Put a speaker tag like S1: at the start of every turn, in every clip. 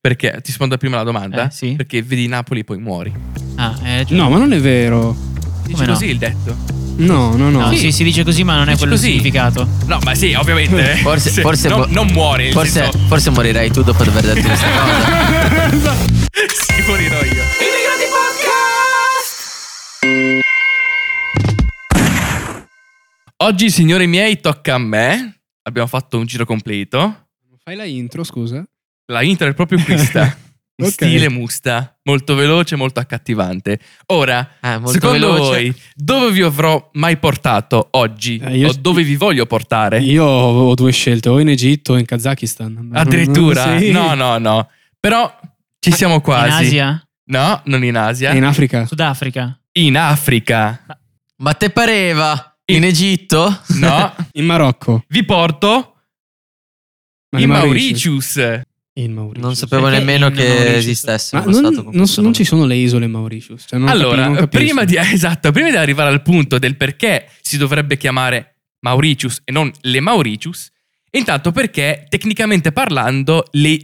S1: Perché? Ti rispondo prima alla domanda?
S2: Eh, sì.
S1: Perché vedi Napoli e poi muori.
S2: Ah, eh,
S3: No, ma non è vero.
S1: Dice
S2: Come no?
S1: così il detto.
S3: No, no, no.
S2: no,
S1: sì.
S2: sì, si dice così, ma non è
S1: Dici
S2: quello il
S1: così.
S2: significato.
S1: No, ma sì, ovviamente.
S4: Forse-
S1: Sì.
S4: forse
S1: non,
S4: vo-
S1: non muori. nel
S4: Forse,
S1: senso-
S4: forse morirai tu dopo aver detto questa cosa.
S1: sì, morirò io. Oggi, signori miei, tocca a me. Abbiamo fatto un giro completo.
S3: Fai la intro, scusa.
S1: La intro è proprio questa. In
S3: Ok.
S1: Stile musta, molto veloce, molto accattivante. Ora,
S4: Ah, molto
S1: secondo
S4: veloce.
S1: voi, dove vi avrò mai portato oggi?
S3: Eh, io-
S1: o dove vi voglio portare?
S3: Eh, Io ho ho due scelte, o in Egitto o in Kazakistan.
S1: Addirittura?
S3: Sì.
S1: No, no, no. Però ci siamo quasi.
S2: In Asia?
S1: No, non in Asia.
S3: E In Africa.
S2: Sudafrica?
S1: In Africa.
S4: Ma te pareva? In Egitto?
S1: No.
S3: In Marocco.
S1: vi porto
S3: Ma
S1: in
S3: in
S1: Mauritius.
S3: In Mauritius.
S4: Non sapevo
S2: Perché
S4: nemmeno
S2: in
S4: che
S2: Mauritius?
S4: esistesse
S3: Ma
S4: uno
S3: non,
S4: stato con
S3: non so-
S4: questo
S3: non ci
S4: nome.
S3: sono le isole Mauritius. cioè non capi-
S1: allora,
S3: non capisco.
S1: prima di esatto, prima di arrivare al punto del perché si dovrebbe chiamare Mauritius e non le Mauritius, intanto perché tecnicamente parlando le,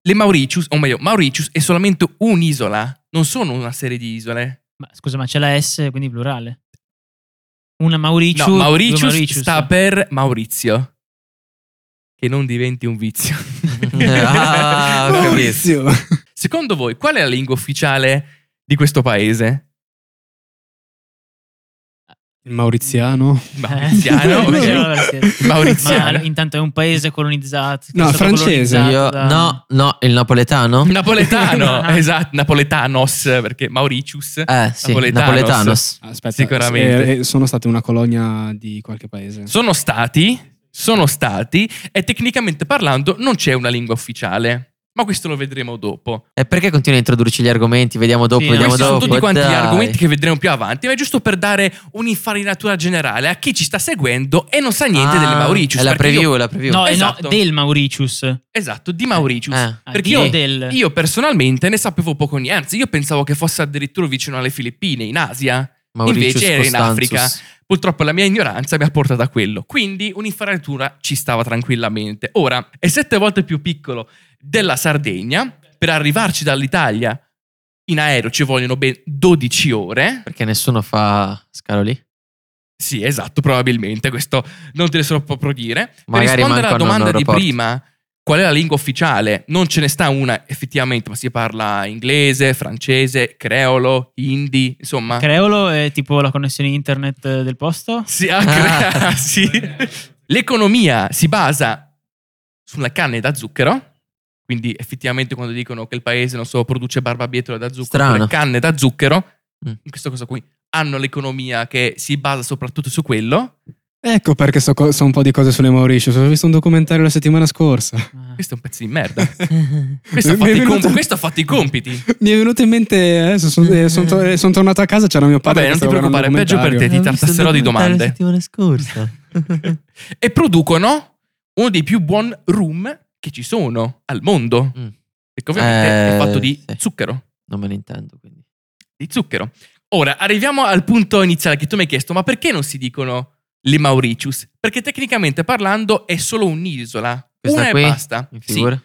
S1: le Mauritius, o meglio, Mauritius è solamente un'isola, non sono una serie di isole.
S2: Ma scusa, ma c'è la S, quindi plurale. Una Mauritius.
S1: No, Mauritius,
S2: due Mauritius.
S1: sta per Maurizio. Che non diventi un vizio.
S4: Ah, ho capito.
S3: Maurizio.
S1: Secondo voi, qual è la lingua ufficiale di questo paese?
S3: Il mauriziano.
S4: Ah,
S1: Mauriziano,
S2: Eh,
S1: ok.
S2: sì, allora sì.
S1: Mauriziano.
S2: Ma intanto è un paese colonizzato.
S3: No,
S2: è stato
S3: francese.
S2: colonizzato
S4: Cioè, Io-
S1: Esatto.
S2: da-
S4: No, no, il napoletano?
S1: Napoletano, esatto, napoletanos, perché Mauritius.
S4: Ah. Eh, sì,
S1: Napoletanos.
S4: napoletanos.
S3: Aspetta,
S1: Sicuramente.
S3: eh, eh, sono state una colonia di qualche paese.
S1: Sono stati, sono stati, e tecnicamente parlando non c'è una lingua ufficiale. Ma questo lo vedremo dopo.
S4: E perché continui a introdurci gli argomenti? Vediamo dopo,
S2: Sì,
S4: vediamo
S1: Questi
S4: dopo.
S1: sono tutti quanti gli
S4: dai.
S1: argomenti che vedremo più avanti, ma è giusto per dare un'infarinatura generale a chi ci sta seguendo e non sa niente
S4: Ah,
S1: delle Mauritius.
S4: È la
S1: perché io-
S4: preview, la preview.
S2: No, eh, no,
S1: Esatto.
S2: del Mauritius. Ah,
S1: esatto, di Mauritius.
S4: Eh.
S1: Perché
S2: di-
S1: io-
S2: del.
S1: Io personalmente ne sapevo poco niente, anzi io pensavo che fosse addirittura vicino alle Filippine, in Asia.
S4: Mauritius
S1: Invece era in
S4: Costanzus.
S1: Africa. Purtroppo la mia ignoranza mi ha portato a quello. Quindi un'infarinatura ci stava tranquillamente. Ora, è sette volte più piccolo della Sardegna. Per arrivarci dall'Italia in aereo ci vogliono ben 12 ore.
S4: Perché nessuno fa scalo lì?
S1: Sì, esatto, probabilmente. Questo non te ne so proprio dire. per
S4: Magari
S1: rispondere alla
S4: manco hanno un
S1: domanda di
S4: aeroporto.
S1: prima, qual è la lingua ufficiale? Non ce ne sta una effettivamente, ma si parla inglese, francese, creolo, hindi, insomma.
S2: Creolo è tipo la connessione internet eh, del posto?
S1: Sì, ah, cre-
S4: Ah.
S1: sì. L'economia si basa sulla canne da zucchero. Quindi effettivamente quando dicono che il paese non so, produce barbabietola da zucchero,
S4: Strano.
S1: oppure canne da zucchero,
S4: Mm.
S1: in questa cosa qui hanno l'economia che si basa soprattutto su quello.
S3: Ecco perché so, co- so un po' di cose sulle Mauritius. Ho visto un documentario la settimana scorsa.
S2: Ah.
S1: Questo è un pezzo di merda. Questo ha fatto,
S3: Mi è
S1: i, comp-
S3: venuto-
S1: questo ha fatto i compiti.
S3: Mi è venuto in mente adesso. eh, Sono tornato a casa. C'era mio padre.
S1: Vabbè,
S3: che
S1: non ti
S3: stava guardando
S1: preoccupare,
S3: il
S1: peggio per te,
S3: documentario.
S1: ti tartasserò di
S4: La
S1: domande.
S4: settimana scorsa.
S1: E producono uno dei più buon rum che ci sono al mondo.
S4: Mm.
S1: E che ovviamente
S4: Eh,
S1: è fatto di
S4: sì.
S1: zucchero.
S4: non me ne intendo, quindi.
S1: Di zucchero. Ora, arriviamo al punto iniziale che tu mi hai chiesto, ma perché non si dicono le Mauritius? Perché tecnicamente parlando è solo un'isola.
S4: Questa
S1: una
S4: qui,
S1: e basta.
S4: In
S1: Sì.
S4: figura.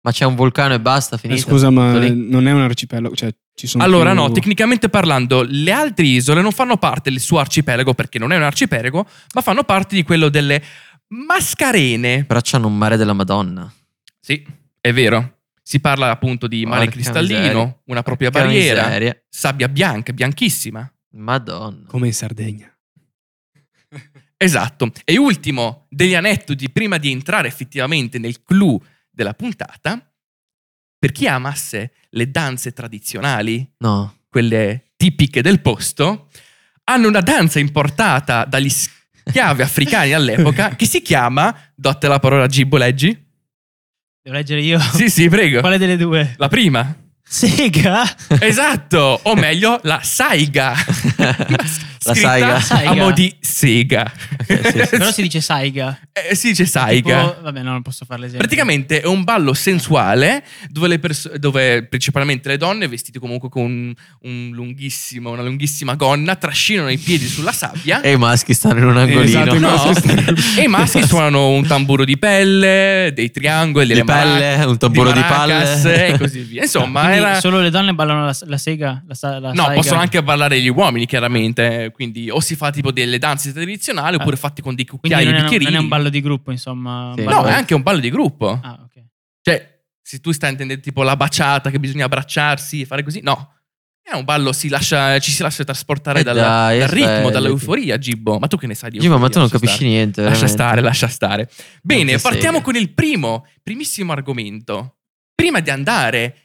S4: Ma c'è un vulcano e basta,
S3: Eh,
S4: finito.
S3: scusa, ma
S4: Tutto lì.
S3: non è un arcipelago. Cioè, ci sono
S1: Allora,
S3: più-
S1: no, tecnicamente parlando, le altre isole non fanno parte del suo arcipelago perché non è un arcipelago, ma fanno parte di quello delle Mascarene.
S4: Però c'hanno un mare della Madonna.
S1: Sì, è vero. Si parla appunto di mare
S4: Porca
S1: cristallino,
S4: miseria.
S1: una propria
S4: Porca
S1: barriera,
S4: miseria.
S1: sabbia bianca, bianchissima.
S4: Madonna.
S3: Come in Sardegna.
S1: Esatto. E ultimo degli aneddoti prima di entrare effettivamente nel clou della puntata, per chi amasse le danze tradizionali,
S4: No.
S1: quelle tipiche del posto, hanno una danza importata dagli schiavi africani all'epoca che si chiama, dotte la parola Gibbo, leggi?
S2: Devo leggere io.
S1: Sì, sì, prego.
S2: Quale delle due?
S1: La prima.
S2: Sega?
S1: Esatto, o meglio la saiga.
S4: La
S1: Scritta
S4: saiga.
S1: A mo' di sega.
S4: sì, sì.
S2: Però si dice Saiga.
S1: Eh, si dice saiga.
S2: Tipo, vabbè, no, non posso fare l'esempio.
S1: Praticamente è un ballo sensuale dove, le perso- dove principalmente le donne, vestite comunque con un lunghissimo- una lunghissima gonna, trascinano i piedi sulla sabbia
S4: E i maschi stanno in un angolino.
S3: Esatto, i
S1: No.
S3: maschi stanno-
S1: e i maschi suonano un tamburo di pelle, dei triangoli,
S4: Di
S1: delle
S4: pelle,
S1: marac-
S4: un tamburo di
S1: maracas
S4: palle.
S1: e così via. Insomma,
S2: Cioè, Quindi
S1: era-
S2: solo le donne ballano la, la Sega? La, sa- la
S1: No,
S2: saiga?
S1: possono anche ballare gli uomini, chiaramente. Quindi, o si fa tipo delle danze tradizionali, oppure fatti con dei
S2: Eh. Quindi
S1: cucchiai e
S2: non è, un-
S1: bicchierini.
S2: non è un ballo di gruppo, insomma.
S4: Sì.
S2: un
S1: No,
S2: ballo-
S1: è anche un ballo di gruppo.
S2: Ah, ok.
S1: Cioè, se tu stai intendendo tipo la baciata, che bisogna abbracciarsi e fare così, no. È un ballo, si lascia- ci si lascia trasportare
S4: Eh
S1: dal,
S4: dai,
S1: dal
S4: eh,
S1: ritmo,
S4: dai.
S1: dall'euforia, Gibbo. Ma tu che ne sai di
S4: Gimma,
S1: euforia?
S4: ma tu non
S1: Lascia
S4: capisci
S1: stare.
S4: niente.
S1: Lascia
S4: veramente.
S1: stare, lascia stare. Bene,
S4: ti
S1: partiamo
S4: segue.
S1: con il primo, primissimo argomento. Prima di andare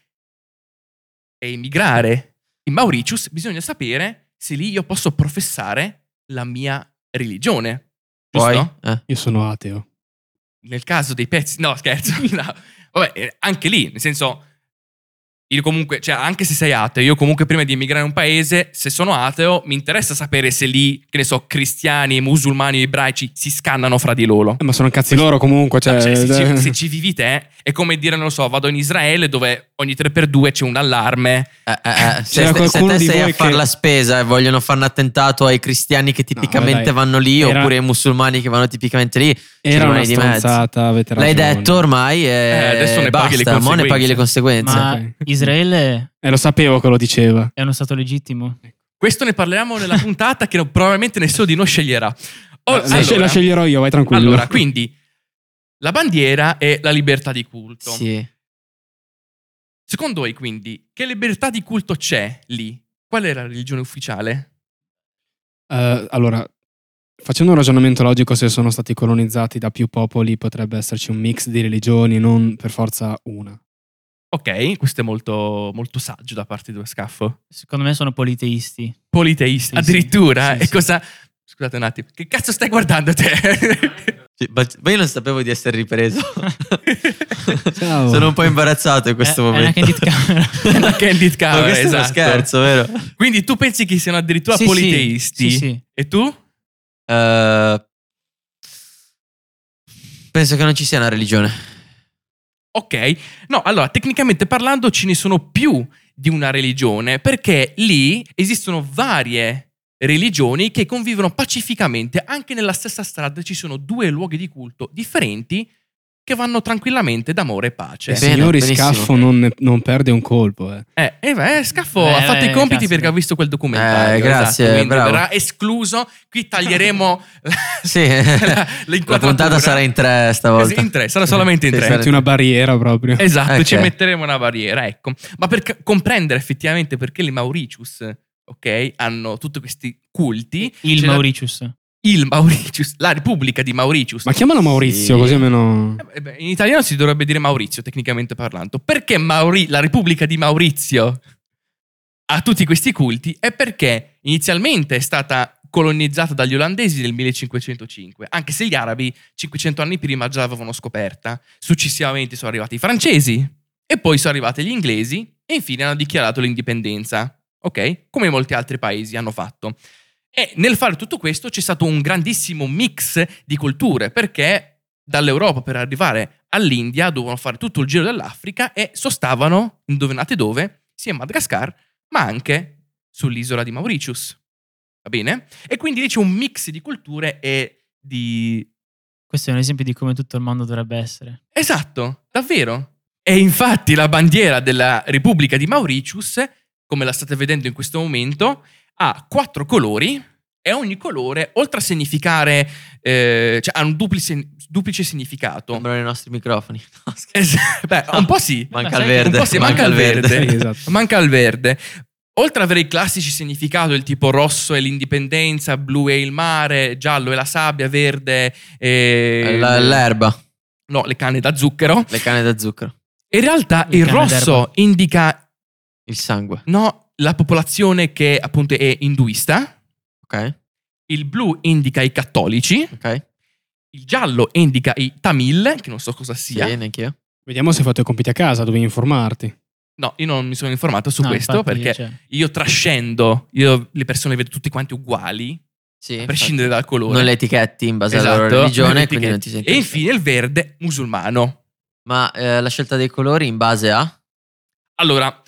S1: e emigrare in Mauritius, bisogna sapere se lì io posso professare la mia religione. Giusto?
S4: Poi? Eh.
S3: Io sono ateo.
S1: nel caso dei pezzi, no scherzo, no. Vabbè, eh, anche lì, nel senso, io comunque, cioè anche se sei ateo, io comunque prima di emigrare in un paese, se sono ateo, mi interessa sapere se lì, che ne so, cristiani, musulmani, ebraici si scannano fra di loro.
S3: Eh, ma sono cazzi loro comunque. Cioè,
S1: Cioè, se, ci, se ci vivi te, è come dire, non lo so, vado in Israele dove ogni 3x2 c'è un allarme.
S4: Eh, eh, eh,
S3: C'era
S4: Se, se
S3: Cioè, qualcuno
S4: te
S3: di
S4: sei a
S3: voi
S4: fare
S3: che-
S4: la spesa e vogliono fare un attentato ai cristiani che tipicamente
S3: dai.
S4: vanno lì,
S3: Era-
S4: oppure ai musulmani che vanno tipicamente lì,
S3: Era una
S4: rimane di mezzo.
S3: stronzata, avete
S4: l'hai
S3: ragione.
S4: detto ormai. E
S1: Eh, adesso ne
S4: basta,
S1: paghi le
S4: mo ne paghi le conseguenze.
S2: Ma
S3: ok.
S2: Israele
S3: E Eh, lo sapevo che lo diceva.
S2: è uno stato legittimo?
S1: Questo ne parleremo nella puntata che probabilmente nessuno di noi sceglierà. O-
S3: Eh, la, sce- la
S1: Oh, allora-
S3: sceglierò io, vai tranquillo.
S1: Allora, quindi la bandiera è la libertà di culto.
S4: Sì.
S1: Secondo voi, quindi, che libertà di culto c'è lì? Qual è la religione ufficiale?
S3: Eh, allora, facendo un ragionamento logico, se sono stati colonizzati da più popoli, potrebbe esserci un mix di religioni, non per forza una.
S1: Ok, questo è molto, molto saggio da parte di due scaffo.
S2: Secondo me sono politeisti.
S1: Politeisti,
S2: Sì, sì.
S1: addirittura.
S2: Sì,
S1: e
S2: sì.
S1: cosa... Scusate un attimo, che cazzo stai guardando te?
S4: Sì, ma ma io non sapevo di essere ripreso.
S3: Ciao.
S4: Sono un po' imbarazzato in
S1: Eh,
S4: questo
S2: È- è una
S4: momento.
S2: candid camera.
S1: È una candid
S4: Ma
S1: camera,
S4: questo è uno
S1: esatto.
S4: scherzo, vero?
S1: Quindi tu pensi che siano addirittura
S2: Sì, sì.
S1: politeisti?
S2: Sì, sì.
S1: E tu?
S4: Eh, penso che non ci sia una religione.
S1: Ok, no, allora tecnicamente parlando ce ne sono più di una religione perché lì esistono varie religioni che convivono pacificamente, anche nella stessa strada ci sono due luoghi di culto differenti che vanno tranquillamente d'amore e
S3: Il
S1: pace.
S4: Bene,
S3: signori
S4: benissimo.
S3: Scaffo non, ne- non perde un colpo. eh.
S1: Eh, eh, beh, Scaffo
S2: Eh,
S1: ha fatto
S2: eh,
S1: i compiti
S2: caspita.
S1: perché ha visto quel documentario.
S4: Eh, grazie,
S1: esatto, quindi
S4: bravo.
S1: verrà escluso, qui taglieremo
S4: Sì,
S1: la,
S4: la,
S1: l'inquadratura.
S4: puntata sarà in tre Esatto. stavolta.
S1: Eh, in tre, sarà solamente in
S4: Sì,
S1: tre.
S4: sarà-
S3: Metti una barriera proprio.
S1: Esatto, ci
S4: Ok.
S1: metteremo una barriera, ecco. Ma per ca- comprendere effettivamente perché le Mauritius, ok, hanno tutti questi culti,
S2: Il
S1: C'è la-
S2: Mauritius.
S1: il Mauritius, la Repubblica di Mauritius.
S3: Ma chiamalo Maurizio,
S4: Sì.
S3: così almeno.
S1: Eh beh, In italiano si dovrebbe dire Maurizio, tecnicamente parlando. Perché Mauri- la Repubblica di Maurizio ha tutti questi culti? È perché inizialmente è stata colonizzata dagli olandesi nel 1505, anche se gli arabi 500 anni prima già l'avevano scoperta. Successivamente sono arrivati i francesi e poi sono arrivati gli inglesi e infine hanno dichiarato l'indipendenza, ok? Come molti altri paesi hanno fatto. E nel fare tutto questo c'è stato un grandissimo mix di culture, perché dall'Europa per arrivare all'India dovevano fare tutto il giro dell'Africa e sostavano, indovinate dove, sia in Madagascar, ma anche sull'isola di Mauritius. Va bene? E quindi lì c'è un mix di culture e di
S2: Questo è un esempio di come tutto il mondo dovrebbe essere.
S1: Esatto, davvero. E infatti la bandiera della Repubblica di Mauritius, come la state vedendo in questo momento, ha quattro colori e ogni colore, oltre a significare, eh, cioè ha un duplice, duplice significato.
S4: Sembrano i nostri microfoni. No, scherzo.
S1: Es- Beh,
S4: Ah.
S1: un po' sì,
S2: Ma
S4: Manca
S2: sai
S4: il
S2: che-
S4: verde.
S1: un po' sì, manca il verde.
S3: Sì, esatto.
S1: manca il verde. Oltre ad avere i classici significati del tipo rosso è l'indipendenza, blu è il mare, giallo è la sabbia, verde è...
S4: La- l'erba,
S1: no, le canne da zucchero.
S4: le canne da zucchero,
S1: In realtà
S2: Le
S1: il
S2: canne
S1: rosso
S2: d'erba.
S1: indica
S4: il sangue.
S1: No, la popolazione che appunto è induista,
S4: Ok,
S1: il blu indica i cattolici,
S4: ok.
S1: il giallo indica i tamil, che non so cosa
S4: Sì,
S1: sia,
S4: neanch'io.
S3: Vediamo se hai fatto i compiti a casa, dovevi informarti.
S1: No, io non mi sono informato su
S2: No,
S1: questo
S2: infatti,
S1: perché
S2: cioè,
S1: io trascendo, io le persone le vedo tutti quanti uguali,
S4: Sì,
S1: a prescindere dal colore.
S4: non le etichetti in base alla
S1: Esatto,
S4: loro religione,
S1: non
S4: quindi non ti
S1: etichetti.
S4: senti.
S1: E infine il verde musulmano.
S4: Ma eh, la scelta dei colori in base a?
S1: Allora,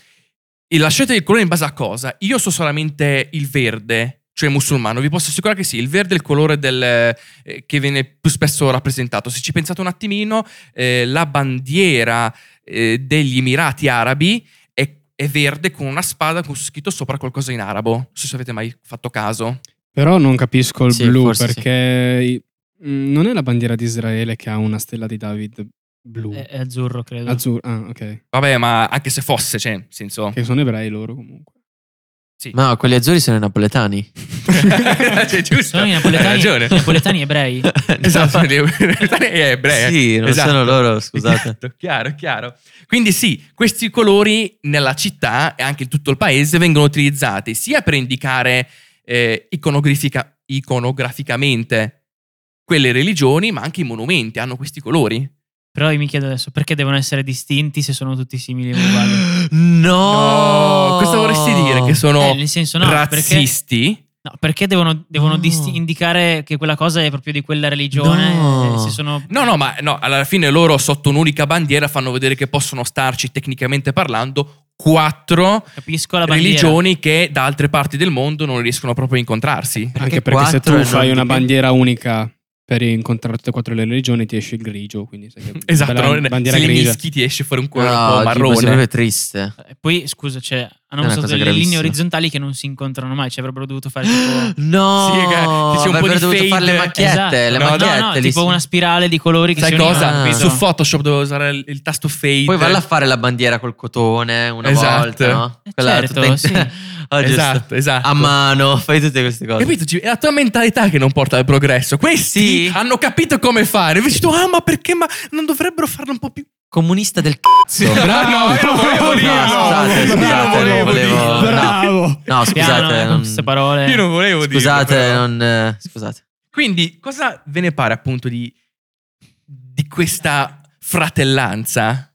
S1: e la scelta del colore in base a cosa? Io so solamente il verde, cioè musulmano. Vi posso assicurare che sì, il verde è il colore del, eh, che viene più spesso rappresentato. Se ci pensate un attimino, eh, la bandiera eh, degli Emirati Arabi è, è verde con una spada con scritto sopra qualcosa in arabo. Non so se avete mai fatto caso.
S3: Però non capisco il
S4: Sì,
S3: blu
S4: forse
S3: perché i- mm, non è la bandiera di Israele che ha una stella di David blu.
S2: è, è azzurro, credo.
S3: Azzurro, ah, ok.
S1: Vabbè, ma anche se fosse, cioè, nel senso...
S3: Che sono ebrei loro comunque.
S1: Sì.
S4: Ma quelli azzurri sono i napoletani.
S1: Cioè, giusto.
S2: Sono i
S1: Hai
S2: napoletani,
S1: ragione.
S2: i napoletani ebrei.
S1: Esatto,
S4: No.
S1: è ebrea.
S4: Sì, non
S1: Esatto.
S4: sono loro, scusate.
S1: Esatto, chiaro, chiaro. Quindi sì, questi colori nella città e anche in tutto il paese vengono utilizzati sia per indicare eh, iconografica- iconograficamente quelle religioni, ma anche i monumenti hanno questi colori.
S2: Però io mi chiedo adesso perché devono essere distinti se sono tutti simili e uguali.
S4: No!
S1: Questo vorresti dire che sono
S2: Eh, nel senso no, perché,
S1: razzisti?
S2: no, perché devono, devono
S4: No.
S2: disti- indicare che quella cosa è proprio di quella religione?
S4: No.
S2: eh, se sono-
S1: No, no, ma no, alla fine loro sotto un'unica bandiera fanno vedere che possono starci, tecnicamente parlando, quattro
S2: Capisco la bandiera.
S1: religioni che da altre parti del mondo non riescono proprio a incontrarsi.
S3: Anche
S4: Perché
S3: perché se
S4: quattro e
S3: tu
S4: non
S3: fai
S4: di
S3: una
S4: più.
S3: bandiera unica per incontrare tutte e quattro le religioni ti esce il grigio, quindi sai che
S1: Esatto,
S3: bella
S1: non-
S3: bandiera
S1: se li
S3: grigia.
S1: mischi ti esce fuori un cuore un
S4: No,
S1: po'
S4: tipo, sembra
S1: marrone.
S4: proprio triste.
S2: E Poi, scusa, cioè, hanno
S4: È una
S2: usato
S4: cosa
S2: delle linee
S4: gravissima.
S2: orizzontali che non si incontrano mai. Ci avrebbero dovuto fare tipo...
S4: No,
S1: Sì, che- che c'è un po'
S4: avrebbero
S1: di
S4: dovuto
S1: fade.
S4: fare le macchiette,
S2: Esatto.
S4: le
S1: No,
S4: macchiette.
S2: No, no,
S4: lì
S2: tipo
S4: sì.
S2: una spirale di colori che
S1: Sai
S2: si univano,
S1: cosa?
S4: Ah.
S2: capito?
S1: Su Photoshop dovevo usare il, il tasto fade.
S4: Poi valla a fare la bandiera col cotone una
S1: Esatto.
S4: volta, no?
S2: Eh,
S4: Quella
S2: certo,
S4: tutta in-
S2: sì.
S4: Ah, giusto.
S1: Esatto, esatto.
S4: A mano, fai tutte queste cose.
S1: Capito? Ci- È la tua mentalità che non porta al progresso. Questi
S4: Sì.
S1: hanno capito come fare. Invece tu, ah, ma perché? Ma non dovrebbero farlo un po' più.
S4: Comunista del cazzo.
S1: Bravo, io lo volevo dire,
S4: No, scusate,
S1: io
S4: scusate,
S1: lo
S4: non
S1: volevo dire.
S4: volevo-
S3: Bravo!
S4: No,
S2: Piano, eh,
S4: scusate,
S2: con
S4: non-
S2: queste parole.
S1: Io non volevo
S4: scusate,
S1: dirlo, però.
S4: non, eh, scusate.
S1: Quindi, cosa ve ne pare appunto di, di questa fratellanza?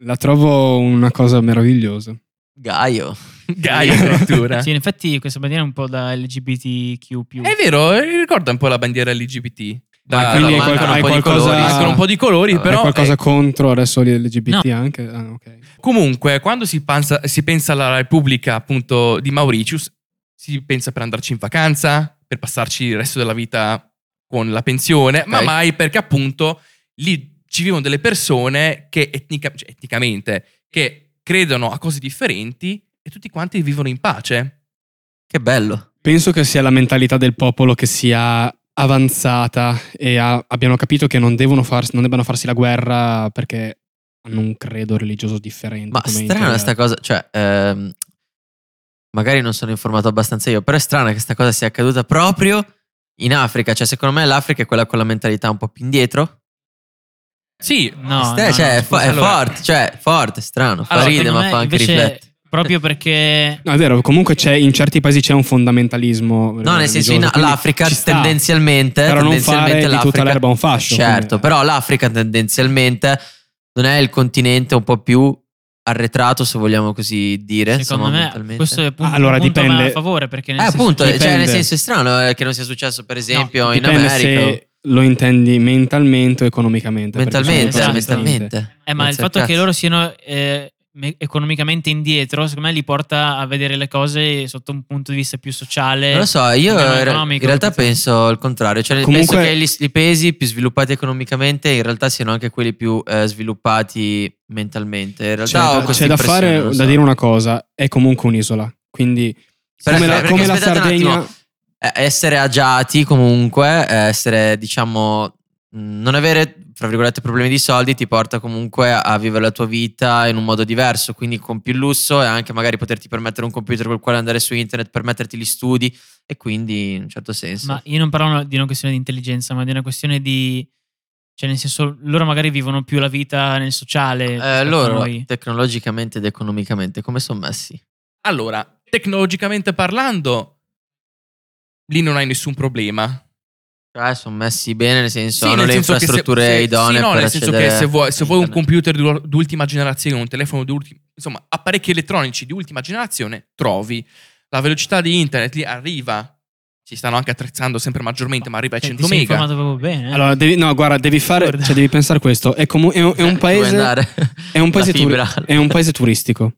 S3: La trovo una cosa meravigliosa.
S4: Gaio.
S1: Gaia addirittura.
S2: Sì, in effetti questa bandiera è un po' da LGBTQ+.
S1: È vero, eh, ricorda un po' la bandiera LGBT.
S4: Ah,
S3: quindi hai
S4: no,
S3: qual-
S4: mancano
S3: hai
S4: un po' di
S3: qualcosa-
S4: colori.
S1: Mancano un po' di colori,
S4: Vabbè,
S1: però
S3: È qualcosa
S1: eh,
S3: contro adesso l'LGBT anche? Ah, ok.
S1: comunque quando si pensa, si pensa alla Repubblica appunto di Mauritius, si pensa per andarci in vacanza, per passarci il resto della vita con la pensione, ma
S4: Ok.
S1: mai perché appunto lì ci vivono delle persone che etnica- cioè, etnicamente che credono a cose differenti e tutti quanti vivono in pace.
S4: Che bello.
S3: Penso che sia la mentalità del popolo che sia avanzata e ha- abbiano capito che non devono farsi, non debbano farsi la guerra perché hanno un credo religioso differente.
S4: Ma
S3: come
S4: strana
S3: integra-
S4: sta cosa, cioè ehm, magari non sono informato abbastanza io, però è strana che sta cosa sia accaduta proprio in Africa, cioè secondo me l'Africa è quella con la mentalità un po' più indietro.
S1: Sì,
S2: No,
S4: Stra-
S2: no,
S4: cioè,
S2: no,
S4: è, fo-
S1: scusa,
S4: è
S1: allora-
S4: forte, cioè è forte, strano, fa
S2: Allora,
S4: ridere
S2: secondo
S4: ma
S2: me,
S4: fa anche
S2: invece,
S4: riflettere.
S2: Proprio perché...
S3: No, è vero, comunque c'è, in certi paesi c'è un fondamentalismo.
S4: No, nel senso in-
S3: diciamo,
S4: l'Africa
S3: tendenzialmente
S4: tendenzialmente,
S3: Però non
S4: tendenzialmente
S3: fare di tutta
S4: l'Africa-
S3: l'erba un fascio.
S4: Certo,
S3: quindi-
S4: però l'Africa tendenzialmente non è il continente un po' più arretrato, se vogliamo così dire.
S2: Secondo
S4: insomma,
S2: me
S4: mentalmente.
S2: questo è punto,
S3: Allora,
S2: un punto
S3: dipende-
S2: a favore perché nel
S4: Eh,
S2: senso-
S4: appunto, cioè,
S3: dipende.
S4: nel senso è strano eh, che non sia successo, per esempio, in
S3: Dipende
S4: America.
S3: se lo intendi mentalmente o economicamente. perché sono
S4: mentalmente,
S2: esatto.
S3: cose distinte.
S4: mentalmente.
S2: Eh, ma il
S4: Grazie al
S2: fatto che
S4: cioè, cazzo.
S2: loro siano eh, me- economicamente indietro, secondo me li porta a vedere le cose sotto un punto di vista più sociale.
S4: Non lo so, io
S2: Meno
S4: in re- in
S2: economico,
S4: realtà
S2: perché-
S4: penso il contrario, cioè
S3: Comunque-
S4: penso che gli, i paesi più sviluppati economicamente in realtà siano anche quelli più eh, sviluppati mentalmente. In realtà
S3: C'è,
S4: ho
S3: da-
S4: questa
S3: c'è da
S4: impressione,
S3: fare,
S4: non lo
S3: da
S4: so.
S3: dire una cosa, è comunque un'isola, quindi
S1: Eh.
S4: Perché-
S3: come la,
S4: perché
S3: come la
S4: aspettate un attimo,
S3: Sardegna...
S4: eh, essere agiati comunque, eh, essere diciamo mh, non avere tra virgolette problemi di soldi ti porta comunque a vivere la tua vita in un modo diverso, quindi con più lusso e anche magari poterti permettere un computer col quale andare su internet, permetterti gli studi e quindi in un certo senso.
S2: Ma eh, io non parlo di una questione di intelligenza, ma di una questione di... Cioè, nel senso, loro magari vivono più la vita nel sociale. rispetto a
S4: Eh, loro
S2: noi.
S4: tecnologicamente ed economicamente come sono messi?
S1: Allora, tecnologicamente parlando, lì non hai nessun problema.
S4: Cioè sono messi bene nel
S1: Sì,
S4: senso hanno
S1: nel
S4: le
S1: senso che se-
S4: infrastrutture
S1: se-
S4: idonee
S1: sì, no,
S4: per
S1: nel senso
S4: accedere
S1: che se vuoi, se
S4: a
S1: vuoi un
S4: internet.
S1: computer di- d'ultima generazione, un telefono d'ulti- insomma, apparecchi elettronici di ultima generazione trovi. La velocità di internet lì arriva, si stanno anche attrezzando sempre maggiormente, ma arriva ai
S2: Cioè,
S1: 100
S2: ti sei
S1: mega.
S2: informato proprio bene. eh?
S3: Allora, devi- no, guarda, devi fare,
S2: Guarda.
S3: cioè devi pensare questo. È, comu- è un, è un
S4: Eh,
S3: paese, è un paese, turi- è un paese turistico.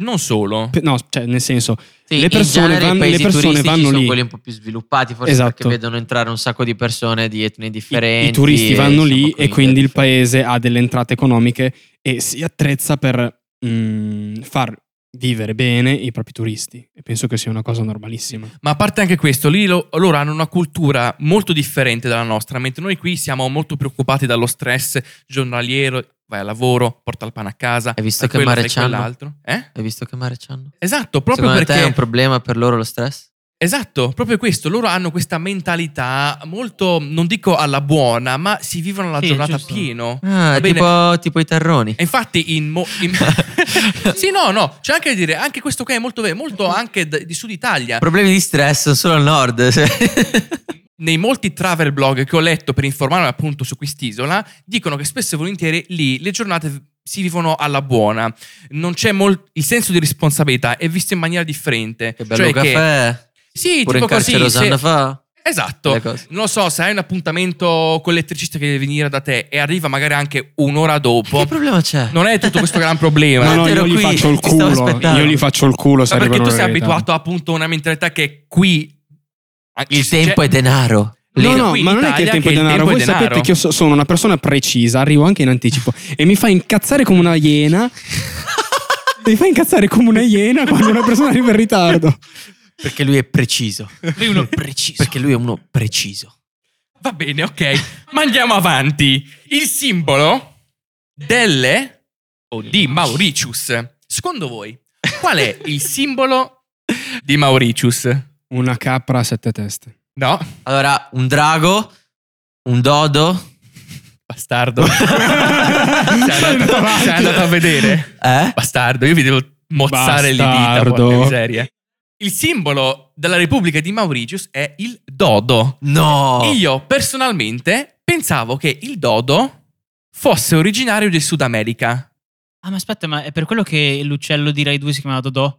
S1: Non solo.
S3: Pe- No, cioè, nel senso,
S4: Sì,
S3: Le
S4: in
S3: persone
S4: genere i
S3: vanno-
S4: paesi
S3: le persone
S4: turistici
S3: vanno
S4: sono
S3: lì.
S4: quelli un po' più sviluppati, forse
S3: Esatto.
S4: perché vedono entrare un sacco di persone di etnie
S3: i,
S4: differenti.
S3: i turisti
S4: e,
S3: vanno
S4: insomma,
S3: lì e quindi il
S4: differenti.
S3: paese ha delle entrate economiche e si attrezza per mm, far vivere bene i propri turisti. E penso che sia una cosa normalissima.
S1: Ma a parte anche questo, lì lo- loro hanno una cultura molto differente dalla nostra, mentre noi qui siamo molto preoccupati dallo stress giornaliero, vai al lavoro, porta il pane a casa.
S4: Hai
S1: fai
S4: visto che
S1: quello,
S4: mare
S1: fai
S4: c'hanno?
S1: quell'altro. Eh?
S4: Hai visto che mare c'hanno?
S1: Esatto, proprio
S4: Secondo
S1: perché
S4: te è un problema per loro lo stress?
S1: Esatto, proprio questo, loro hanno questa mentalità molto non dico alla buona, ma si vivono la
S2: Sì,
S1: giornata a
S2: giusto.
S1: pieno.
S4: Ah,
S1: Va
S4: è
S1: bene. Eh.
S4: tipo, tipo i terroni.
S1: E infatti in, mo- in- Sì, no, no, c'è anche da dire, anche questo qua è molto vero, molto anche d- di Sud Italia.
S4: Problemi di stress sono solo al nord. se-
S1: Nei molti travel blog che ho letto per informarmi appunto su quest'isola, dicono che spesso e volentieri lì le giornate si vivono alla buona. Non c'è mol- il senso di responsabilità è visto in maniera differente.
S4: che bello
S1: Cioè che-
S4: caffè.
S1: Sì,
S4: Pure in
S1: tipo così.
S4: carcere Rosanna
S1: se-
S4: fa.
S1: Esatto.
S4: le cose.
S1: Non lo so, se hai un appuntamento con l'elettricista che deve venire da te e arriva magari anche un'ora dopo,
S4: Che problema c'è?
S1: non è tutto questo gran problema.
S3: No, no,
S4: ero
S3: io gli
S4: qui,
S3: faccio il
S4: ti stavo
S3: culo.
S4: aspettando.
S3: Io gli faccio il culo se
S1: Ma perché
S3: arrivano
S1: tu sei
S3: in ritardo.
S1: abituato appunto a una mentalità che qui...
S4: Il
S1: cioè
S4: tempo è denaro.
S1: Lì-
S3: No, no,
S1: qui in
S3: ma non è che il
S1: Italia
S3: tempo è
S1: che il
S3: denaro.
S1: tempo è
S3: Voi sapete
S1: denaro.
S3: che io so- sono una persona precisa, arrivo anche in anticipo e mi fa incazzare come una iena. mi fa incazzare come una iena quando una persona arriva in ritardo.
S4: Perché lui è preciso.
S1: cioè,
S2: Lui è uno preciso.
S4: Perché lui è uno preciso.
S1: Va bene, ok. Ma andiamo avanti. Il simbolo delle o di Mauritius. Secondo voi, qual è il simbolo di Mauritius?
S3: Una capra a sette teste.
S1: No,
S4: Allora, un drago, un dodo.
S1: bastardo. sei, andato, sei andato a vedere.
S4: Eh?
S1: Bastardo, io vi devo mozzare le dita,
S3: Bastardo.
S1: porca miseria. Il simbolo della Repubblica di Mauritius è il dodo.
S4: No.
S1: Io personalmente pensavo che il dodo fosse originario del Sud America.
S2: Ah, ma aspetta, ma è per quello che l'uccello di Rai 2 si chiamava Dodò?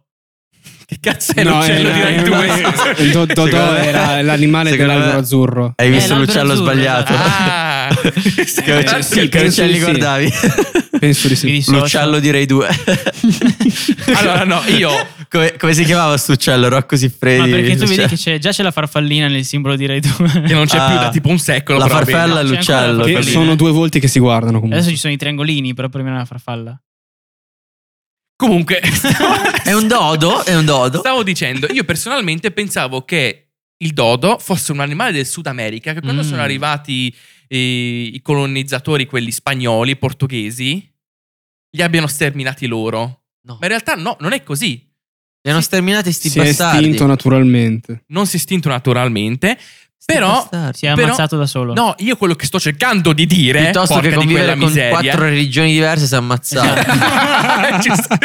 S1: Che cazzo è
S3: No,
S1: l'uccello
S3: era-
S1: di Rai
S3: era-
S1: 2?
S3: Il do- eh. Dodò
S4: Secondo me-
S3: era l'animale
S4: secondo
S3: dell'albero
S4: me-
S3: azzurro.
S4: Hai visto
S2: Eh, l'albero
S4: l'uccello
S2: azzurro,
S4: sbagliato?
S2: esatto.
S1: Ah,
S4: Che uccello-
S3: sì,
S4: che
S3: penso
S4: uccelli
S3: di sì.
S4: guardavi?
S1: Eh,
S3: Penso di
S2: Mi
S3: sì.
S2: dissocio.
S4: L'uccello direi due.
S1: Allora, no, io-
S4: Come, come si chiamava sto uccello? Rocco
S2: Ma
S4: Siffredi? Cioè,
S2: perché tu vedi
S4: L'uccello.
S2: che c'è, già c'è la farfallina nel simbolo di Rai 2.
S1: che cioè. non c'è più da
S4: Ah,
S1: tipo un secolo.
S4: La
S1: però va bene.
S4: farfalla e
S2: C'è
S4: l'uccello.
S2: ancora la
S3: Che
S2: Lì.
S3: sono due volti che si guardano comunque.
S2: Adesso ci sono i triangolini, però prima era la farfalla.
S1: Comunque,
S4: È un dodo, è un dodo.
S1: Stavo dicendo, io personalmente pensavo che il dodo fosse un animale del Sud America che quando
S4: Mm.
S1: sono arrivati eh, i colonizzatori, quelli spagnoli, portoghesi, li abbiano sterminati loro.
S4: No.
S1: Ma in realtà no, non è così.
S4: Li hanno sterminati sti
S3: Si è
S4: bastardi.
S3: estinto naturalmente.
S1: Non si è estinto naturalmente,
S4: Sti
S1: però...
S4: bastardi.
S2: Si è
S1: Però-
S2: ammazzato da solo.
S1: No, io quello che sto cercando di dire,
S4: Piuttosto
S1: porca
S4: che
S1: di quella
S4: convivere con
S1: miseria,
S4: quattro religioni diverse si ammazzano.
S1: Ci sta.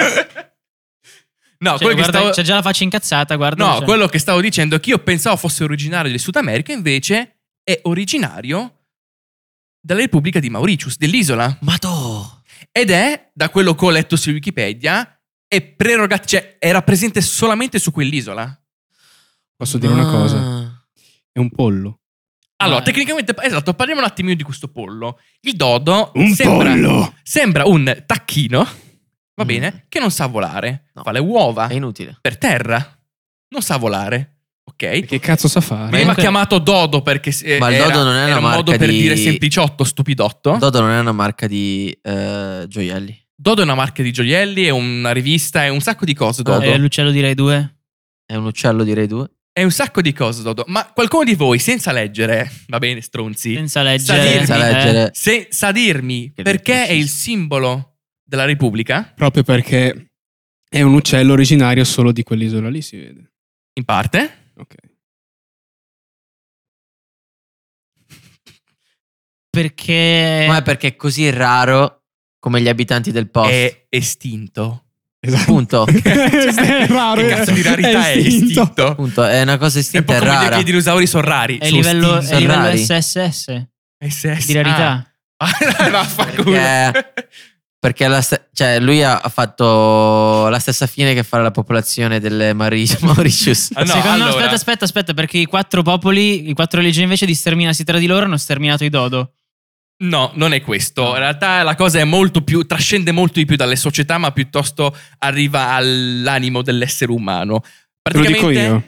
S1: No,
S2: Cioè,
S1: quello che
S2: guarda,
S1: stavo...
S2: C'è già la faccia incazzata, guarda.
S1: No,
S2: cioè.
S1: quello che stavo dicendo è che io pensavo fosse originario del Sud America, invece è originario dalla Repubblica di Mauritius, dell'isola.
S4: Ma tu...
S1: Ed è, da quello che ho letto su Wikipedia, è prerogat- cioè era presente solamente su quell'isola.
S3: Posso dire
S1: Ah.
S3: una cosa? È un pollo.
S1: Allora,
S2: Ah.
S1: tecnicamente, esatto, parliamo un attimino di questo pollo. Il dodo sembra, sembra un tacchino, va
S4: Mm.
S1: bene, che non sa volare.
S4: No.
S1: Fa le uova
S4: È inutile.
S1: per terra, non sa volare, ok?
S3: Che cazzo sa fare?
S1: Veniva
S2: Comunque-
S1: chiamato Dodo perché si-
S4: Ma il
S1: era,
S4: Dodo non è una
S1: era un
S4: marca
S1: modo per
S4: di-
S1: dire sempliciotto, stupidotto. Dodo.
S4: Dodo non è una marca di eh, gioielli.
S1: è una marca di gioielli, è una rivista, è un sacco di
S4: Ah,
S1: cose Dodo.
S2: Eh, l'uccello di Rai 2.
S4: È un uccello direi due.
S1: È un sacco di cose Dodo. Ma qualcuno di voi, senza leggere, va bene stronzi,
S2: Senza leggere.
S1: dirmi-
S4: Senza
S2: eh.
S4: leggere.
S1: se, sa dirmi
S4: Che
S1: perché è
S4: preciso.
S1: il simbolo della Repubblica,
S3: Proprio perché è un uccello originario solo di quell'isola lì, si vede.
S1: in parte,
S3: Ok. Eh.
S2: Perché.
S4: Ma è perché è così raro come gli abitanti del posto.
S3: Eh.
S1: è estinto.
S3: Esatto.
S4: Punto.
S3: è raro.
S1: Cioè, Che cazzo di rarità è estinto?
S4: Punto. È una cosa
S1: È un po'
S4: estinta e
S1: come dire
S4: rara.
S1: che i dinosauri sono rari.
S2: è
S1: sono
S2: livello,
S1: estinti.
S2: è livello
S4: rari.
S2: SSS
S1: SS.
S2: di rarità.
S1: Ah, vaffanculo.
S4: Perché- Perché la st- cioè, lui ha ha fatto la stessa fine che fa la popolazione delle Mauri- Mauritius.
S1: Ah, no,
S2: Secondo me,
S1: allora-
S2: aspetta, aspetta, aspetta, perché i quattro popoli, i quattro religioni invece di sterminarsi tra di loro hanno sterminato i dodo.
S1: No, non è questo. In realtà la cosa è molto più, trascende molto di più dalle società, ma piuttosto arriva all'animo dell'essere umano.
S3: Te lo dico io.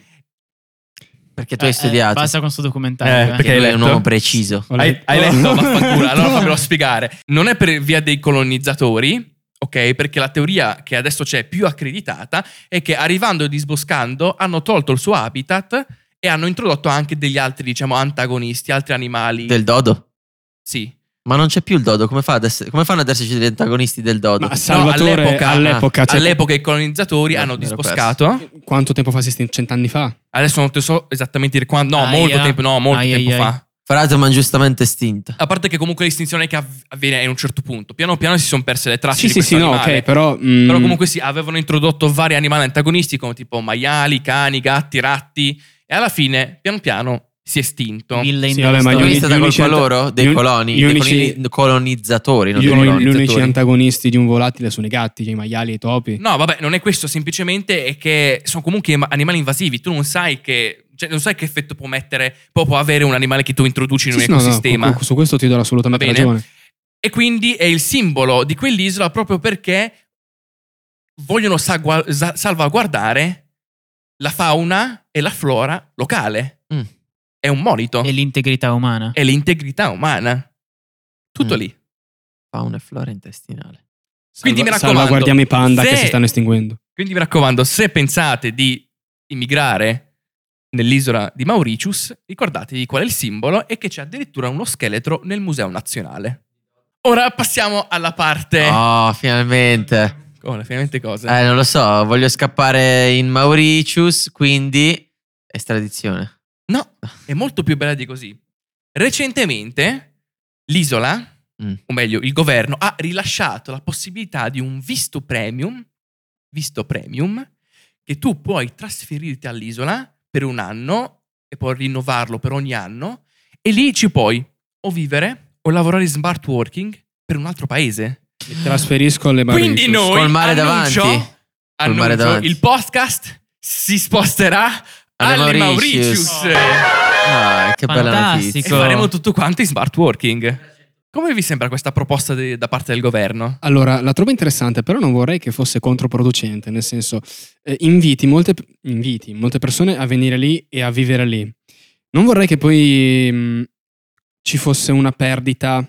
S4: Perché tu hai
S2: Eh,
S4: studiato.
S2: basta con sto
S1: Eh,
S2: documentario. eh.
S1: perché-
S4: Perché lui è un
S1: letto?
S4: uomo preciso.
S3: Ho
S1: Hai, hai letto? Vaffanculo, allora
S3: No.
S1: fammelo spiegare. Non è per via dei colonizzatori, ok? Perché la teoria che adesso c'è più accreditata è che arrivando e disboscando hanno tolto il suo habitat e hanno introdotto anche degli altri, diciamo, antagonisti, altri animali.
S4: Del dodo.
S1: Sì.
S4: Ma non c'è più il dodo. Come, fa ad essere- come fanno ad esserci degli antagonisti del dodo?
S3: Ma Salvatore,
S1: all'epoca-
S3: all'epoca,
S2: Ah, certo.
S3: cioè,
S1: All'epoca i colonizzatori
S4: Eh,
S1: hanno
S4: me l'ero
S1: disboscato.
S3: quanto tempo fa esiste? Cent'anni fa?
S1: Adesso non te so esattamente quando. No,
S2: Aia.
S1: molto tempo, no, molto
S2: Ai,
S1: tempo
S2: ai,
S1: fa.
S2: ai.
S4: Fra l'altro, ma giustamente estinta.
S1: A parte che comunque l'estinzione che av- avviene a un certo punto. Piano piano si sono perse le tracce
S3: sì,
S1: di
S3: sì,
S1: questo
S3: sì, no,
S1: animale.
S3: ok, però... mm,
S1: Però comunque sì, avevano introdotto vari animali antagonisti come tipo maiali, cani, gatti, ratti e alla fine, piano piano, si è estinto.
S2: Ville in
S3: Sì, vabbè, ma
S2: Dodo.
S4: L'ho
S3: gli
S4: vista da
S3: unici
S4: colpa
S3: anta-
S4: loro?
S3: gli
S4: Dei
S3: un-
S4: coloni?
S3: gli
S4: Dei
S3: unici-
S4: coloni- colonizzatori, non
S3: gli,
S4: dei
S3: uni- gli unici
S4: colonizzatori.
S3: antagonisti di un volatile sono i gatti, cioè i maiali e i topi.
S1: No, vabbè, non è questo, semplicemente è che sono comunque im- animali invasivi, tu non sai che cioè, non sai che effetto può mettere, può, può avere un animale che tu introduci in un
S3: Sì, sì, no, no,
S1: ecosistema.
S3: su- su questo ti do assolutamente
S1: Va bene.
S3: ragione.
S1: E quindi è il simbolo di quell'isola proprio perché vogliono sagua- sa- salvaguardare la fauna e la flora locale.
S4: Mm.
S1: È un monito.
S4: Oh.
S2: E l'integrità umana.
S1: è l'integrità umana. Tutto
S4: Mm.
S1: lì.
S4: Fauna e flora intestinale.
S1: Quindi mi raccomando,
S3: Salvaguardiamo i panda
S1: se-
S3: che si stanno estinguendo.
S1: Quindi mi raccomando, se pensate di immigrare nell'isola di Mauritius, ricordatevi qual è il simbolo e che c'è addirittura uno scheletro nel Museo Nazionale. Ora passiamo alla parte...
S4: Oh, finalmente.
S1: Come, finalmente cosa?
S4: Eh, non lo so, voglio scappare in Mauritius, quindi estradizione.
S1: No, è molto più bella di così. Recentemente l'isola,
S4: Mm.
S1: o meglio il governo, ha rilasciato la possibilità di un visto premium, visto premium, che tu puoi trasferirti all'isola per un anno e puoi rinnovarlo per ogni anno e lì ci puoi o vivere o lavorare in smart working per un altro paese.
S3: Li Trasferisco alle Mauritius.
S1: Quindi noi
S4: Col mare
S1: annuncio,
S4: davanti. Col mare
S1: annuncio,
S4: davanti.
S1: il podcast si sposterà
S4: Alle
S1: alle
S4: Mauritius.
S1: Mauritius.
S4: Ah, che bella
S2: Fantastico.
S1: E
S4: notizia.
S1: faremo tutto quanto in smart working. Come vi sembra questa proposta de- da parte del governo?
S3: Allora, la trovo interessante, però non vorrei che fosse controproducente, nel senso, eh, inviti, molte, inviti molte persone a venire lì e a vivere lì. Non vorrei che poi mh, ci fosse una perdita,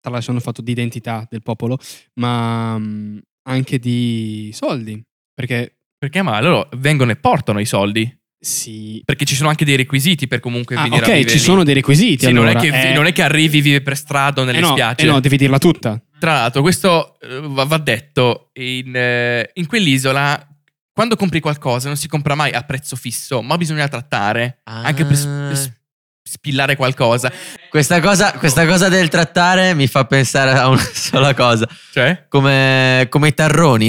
S3: tralasciando il fatto di identità del popolo, ma mh, anche di soldi, perché
S1: Perché ma loro vengono e portano i soldi.
S3: si...
S1: Perché ci sono anche dei requisiti per comunque
S3: Ah,
S1: venire a
S3: ok,
S1: vivere
S3: ci
S1: lì.
S3: sono dei requisiti.
S1: Sì,
S3: allora.
S1: non, è che,
S3: Eh,
S1: non è che arrivi vive per strada o nelle
S3: eh no,
S1: spiagge.
S3: eh no, devi dirla tutta.
S1: Tra l'altro, questo eh, va va detto, in, eh, in quell'isola quando compri qualcosa non si compra mai a prezzo fisso, ma bisogna trattare,
S4: Ah.
S1: anche per sp- per sp- spillare qualcosa.
S4: Questa cosa, questa cosa del trattare mi fa pensare a una sola cosa,
S1: Cioè?
S4: come, come i tarroni.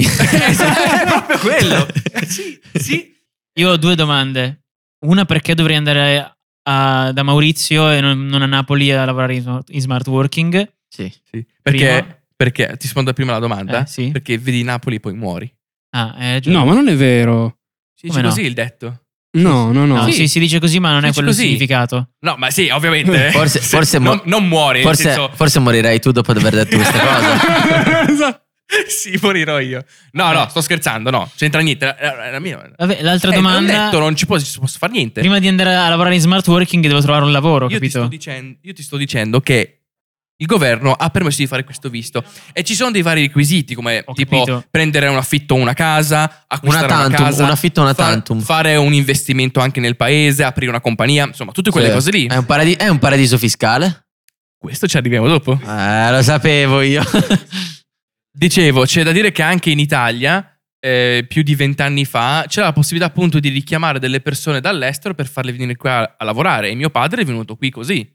S1: è proprio quello. sì, sì.
S2: Io ho due domande. Una, perché dovrei andare a- da Maurizio e non, non a Napoli a lavorare in smart, in smart working?
S4: Sì.
S1: Sì, Perché,
S2: Prima?
S1: perché ti rispondo prima alla domanda?
S2: Eh, sì.
S1: Perché vedi Napoli e poi muori.
S2: Ah, è
S1: Cioè.
S2: giusto.
S3: No, ma non è vero.
S1: Si dice
S2: Come no?
S1: così il detto.
S3: No, no, no.
S2: No,
S1: Sì.
S2: sì, si dice così, ma non
S1: Si
S2: è
S1: dice
S2: quello il
S1: così.
S2: significato.
S1: No, ma sì, ovviamente.
S4: Forse-
S1: Se-
S4: forse
S1: non,
S4: mo-
S1: non muori. nel
S4: Forse,
S1: senso-
S4: forse morirai tu dopo aver detto questa cosa.
S3: Esatto.
S1: sì, morirò io. No, no, sto scherzando, no. C'entra niente. La, la- la mia...
S2: Vabbè, l'altra
S1: Eh,
S2: domanda.
S1: l'ho detto, non ci posso, ci posso fare niente.
S2: Prima di andare a lavorare in smart working devo trovare un lavoro,
S1: io, ti sto
S2: capito?
S1: dicendo, io ti sto dicendo che il governo ha permesso di fare questo visto. E ci sono dei vari requisiti, come
S2: Ho
S1: tipo
S2: capito.
S1: prendere un affitto o una casa, acquistare
S4: Una
S1: una,
S4: tantum,
S1: casa,
S4: un affitto una
S1: fa-
S4: tantum.
S1: fare un investimento anche nel paese, aprire una compagnia, insomma, tutte quelle
S4: Sì. Eh.
S1: cose lì.
S4: È un, paradi- è un paradiso fiscale?
S1: Questo ci arriviamo dopo.
S4: Eh, lo sapevo io.
S1: Dicevo, c'è da dire che anche in Italia, eh, più di vent'anni fa, c'era la possibilità appunto di richiamare delle persone dall'estero per farle venire qua a, a lavorare. E mio padre è venuto qui così,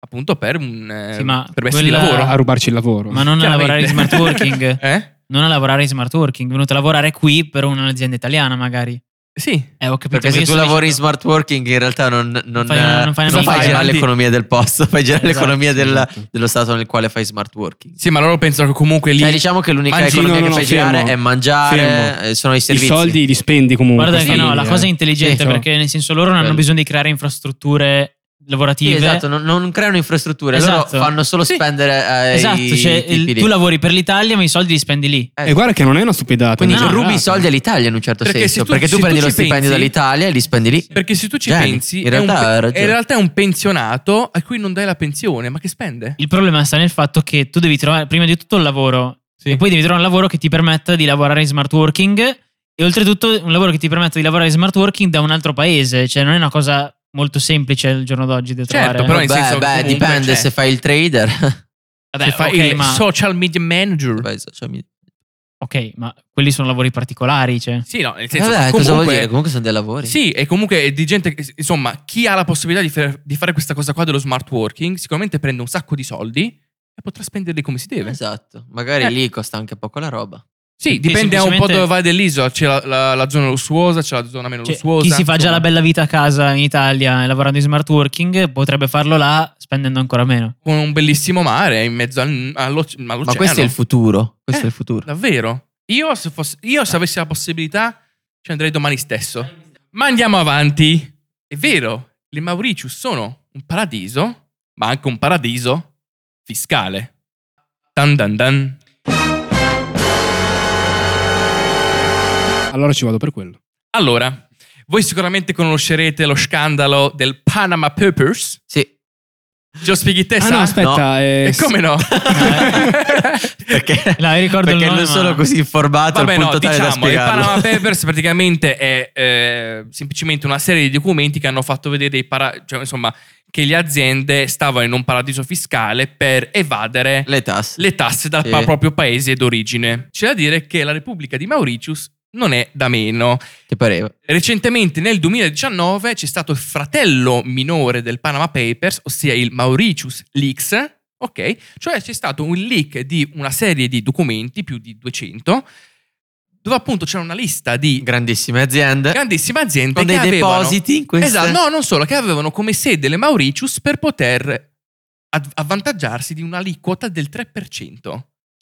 S1: appunto per un eh,
S2: Sì, ma
S1: permesso
S2: quella-
S1: di lavoro.
S3: A rubarci il lavoro.
S2: Ma non a lavorare in smart
S1: Chiaramente.
S2: working.
S1: eh?
S2: non a lavorare in smart working, è venuto a lavorare qui per un'azienda italiana magari.
S1: Sì.
S2: Eh, ho capito.
S4: Perché
S2: ma
S4: se
S2: io
S4: tu
S2: sto
S4: lavori in
S2: dicendo-
S4: smart working in realtà non, non-
S2: fai-
S4: eh,
S2: non fai
S4: non
S1: neanche
S4: fai
S1: i
S4: girare
S1: soldi.
S4: l'economia del posto, fai girare
S2: Esatto,
S4: l'economia del-
S3: esatto.
S4: dello stato nel quale fai smart working.
S1: Sì, ma loro pensano che comunque lì...
S4: Cioè, diciamo che l'unica
S1: Mangi-
S4: economia
S3: no,
S4: che
S3: no,
S4: fai
S3: fermo.
S4: girare è mangiare,
S3: Fermo.
S4: eh, sono i
S3: I
S4: servizi.
S3: soldi li spendi comunque.
S2: Guarda che
S4: questa
S2: no, la
S3: famiglia,
S2: cosa è
S3: eh.
S2: intelligente
S3: Sì,
S2: perché nel senso loro non hanno
S4: Bello.
S2: bisogno di creare infrastrutture lavorative.
S4: Sì, esatto, non, non creano infrastrutture,
S2: Esatto.
S4: loro fanno solo
S2: Sì.
S4: spendere ai
S2: Esatto, cioè
S4: tipi
S2: il-
S4: lì.
S2: tu lavori per l'Italia ma i soldi li spendi lì.
S4: Eh,
S3: E guarda che non è una stupidata.
S4: Quindi
S2: no,
S3: non è
S4: rubi i
S3: errata.
S4: soldi all'Italia in un certo
S1: Perché
S4: senso,
S1: se tu-
S4: perché tu
S1: se
S4: prendi
S1: tu
S4: lo
S1: ci
S4: stipendio
S1: pensi-
S4: dall'Italia e li spendi lì.
S1: Perché se tu ci
S4: Geni.
S1: pensi,
S4: In
S1: è un
S4: realtà
S1: pe-
S4: ha
S1: è
S4: ragione.
S1: in realtà è un pensionato a cui non dai la pensione, ma che spende?
S2: Il problema sta nel fatto che tu devi trovare prima di tutto un lavoro
S1: Sì.
S2: e poi devi trovare un lavoro che ti permetta di lavorare in smart working e oltretutto un lavoro che ti permetta di lavorare in smart working da un altro paese, cioè non è una cosa molto semplice il giorno d'oggi da
S1: Certo,
S2: trovare.
S1: però
S4: Beh,
S1: in senso che
S4: beh,
S1: comunque
S4: dipende
S1: c'è.
S4: se fai il trader.
S1: Se
S2: Vabbè,
S1: fai
S2: ok,
S1: il
S2: ma,
S1: social media manager.
S4: Beh, social media.
S2: ok, ma quelli sono lavori particolari, cioè.
S1: Sì, no, nel senso
S4: Vabbè,
S1: che
S4: cosa vuol
S1: comunque,
S4: dire? Comunque sono dei lavori.
S1: Sì, e comunque è di gente, che- insomma, chi ha la possibilità di, fer- di fare questa cosa qua dello smart working, sicuramente prende un sacco di soldi e potrà spenderli come si deve.
S4: Esatto, magari
S1: Eh.
S4: lì costa anche poco la roba.
S1: Sì,
S2: Sì,
S1: dipende un po'
S2: semplicemente-
S1: dove vai dell'isola, c'è la, la- la zona lussuosa, c'è la zona meno
S2: Cioè,
S1: lussuosa.
S2: chi si fa già
S1: insomma.
S2: la bella vita a casa in Italia e lavorando in smart working potrebbe farlo là spendendo ancora meno.
S1: Con un bellissimo mare in mezzo al- all'oce- all'oceano.
S4: Ma questo è il futuro. Questo
S1: Eh.
S4: è il futuro.
S1: Davvero? Io se, fosse- io se avessi la possibilità ci andrei domani stesso. Ma andiamo avanti. È vero, le Mauritius sono un paradiso, ma anche un paradiso fiscale. Dan dan dan.
S3: Allora ci vado per quello.
S1: Allora, voi sicuramente conoscerete lo scandalo del Panama Papers.
S4: Sì.
S1: Ci ho spieghi te,
S3: Ah
S1: sa?
S3: no, aspetta. eh,
S1: E come no?
S4: Perché,
S2: No, io ricordo
S4: perché
S2: il nome, ma-
S4: non sono così informato
S1: Vabbè,
S4: al punto
S1: no,
S4: tale da
S1: diciamo, il
S4: spiegarlo.
S1: Panama Papers praticamente è eh, semplicemente una serie di documenti che hanno fatto vedere dei para- cioè, insomma, che le aziende stavano in un paradiso fiscale per evadere
S4: Le tasse.
S1: le tasse dal
S4: Sì.
S1: pa- proprio paese d'origine. C'è da dire che la Repubblica di Mauritius non è da meno.
S4: Ti pareva?
S1: Recentemente, nel 2019, c'è stato il fratello minore del Panama Papers, ossia il Mauritius Leaks, ok? Cioè c'è stato un leak di una serie di documenti, più di 200, dove appunto c'era una lista di
S4: Grandissime aziende.
S1: grandissime aziende
S4: con
S1: che
S4: dei
S1: avevano-
S4: depositi in queste...
S1: Esatto, no, non solo, che avevano come sede le Mauritius per poter ad- avvantaggiarsi di un'aliquota del 3%,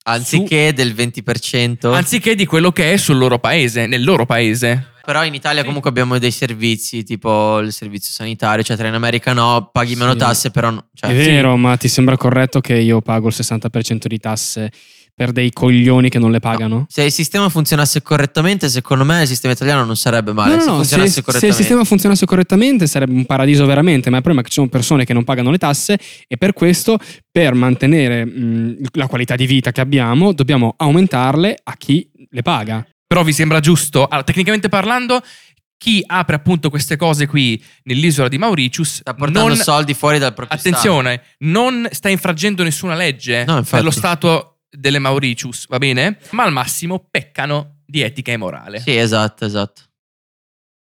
S4: Anziché del 20%.
S1: anziché di quello che è sul loro paese, nel loro paese.
S4: Però in Italia comunque abbiamo dei servizi tipo il servizio sanitario, eccetera. In America no, paghi meno
S3: Sì.
S4: tasse, però... no- cioè,
S3: È vero, ma ti sembra corretto che io pago il 60% di tasse per dei coglioni che non le pagano?
S4: Se il sistema funzionasse correttamente, secondo me il sistema italiano non sarebbe male. se
S3: se,
S4: funzionasse
S3: se il
S4: correttamente.
S3: sistema funzionasse correttamente sarebbe un paradiso veramente, ma il problema è che ci sono persone che non pagano le tasse e per questo, per mantenere mh, la qualità di vita che abbiamo, dobbiamo aumentarle a chi le paga.
S1: Però vi sembra giusto? Allora, tecnicamente parlando, chi apre appunto queste cose qui nell'isola di Mauritius
S4: Sta portando
S1: non-
S4: soldi fuori dal proprio
S1: Attenzione, non sta infraggendo nessuna legge
S4: No, infatti.
S1: per lo stato delle Mauritius, va bene? Ma al massimo peccano di etica e morale.
S4: Stato. Sì, esatto, esatto.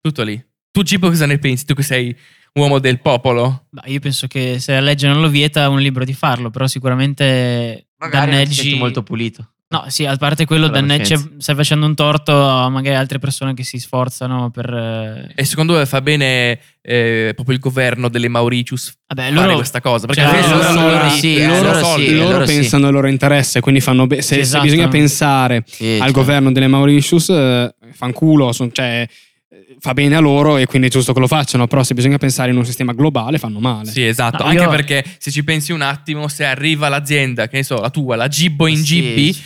S1: Tutto lì. Tu Gibo cosa ne pensi? Tu che sei uomo del popolo?
S2: Beh, io penso che se la legge non lo vieta è un libro di farlo, però sicuramente
S4: Magari non ti
S2: danneggi...
S4: senti molto pulito.
S2: No, sì, a parte quello,
S4: Con la
S2: danneggi,
S4: coscienza.
S2: stai facendo un torto a magari altre persone che si sforzano per... eh,
S1: E secondo me fa bene eh, proprio il governo delle Mauritius
S2: Vabbè,
S1: fare
S2: Eh, loro...
S1: questa cosa? Perché
S2: Cioè,
S1: adesso
S2: loro-
S1: sono
S2: loro
S1: i-
S4: sì,
S1: i
S4: eh,
S1: loro
S4: loro
S1: soldi.
S4: sì.
S1: Loro-
S3: loro
S4: allora
S3: pensano al loro interesse, quindi fanno be- se, se
S2: Esatto.
S3: bisogna pensare
S4: Sì,
S3: al
S4: cioè,
S3: governo delle Mauritius, eh, fanculo, son- cioè, eh, fa bene a loro e quindi è giusto che lo facciano, però se bisogna pensare in un sistema globale fanno male.
S1: Sì, esatto.
S2: No,
S1: Anche
S2: io-
S1: perché se ci pensi un attimo, se arriva l'azienda, che ne so, la tua, la Gibbo in
S4: sì.
S1: Gibbi,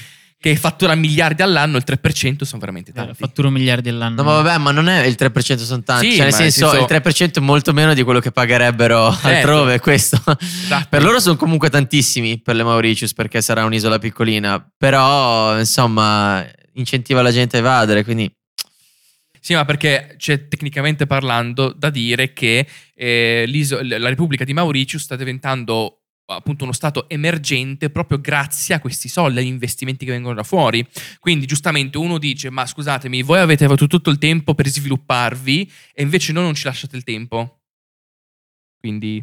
S1: che fattura miliardi all'anno, il 3% sono veramente
S2: eh,
S1: tanti.
S2: fatturo miliardi all'anno.
S4: No, ma vabbè, ma non è il 3% sono tanti.
S1: Sì,
S4: cioè, nel
S1: ma nel
S4: senso,
S1: senso-
S4: il 3% è molto meno di quello che pagherebbero
S1: Certo.
S4: altrove. Questo.
S1: Esatto.
S4: Per loro sono comunque tantissimi per le Mauritius, perché sarà un'isola piccolina. Però, insomma, incentiva la gente a evadere. Quindi,
S1: Sì, ma perché c'è tecnicamente parlando da dire che eh, l'iso- la Repubblica di Mauritius sta diventando appunto uno stato emergente proprio grazie a questi soldi, agli investimenti che vengono da fuori. Quindi giustamente uno dice, ma scusatemi, voi avete avuto tutto il tempo per svilupparvi e invece noi non ci lasciate il tempo. Quindi...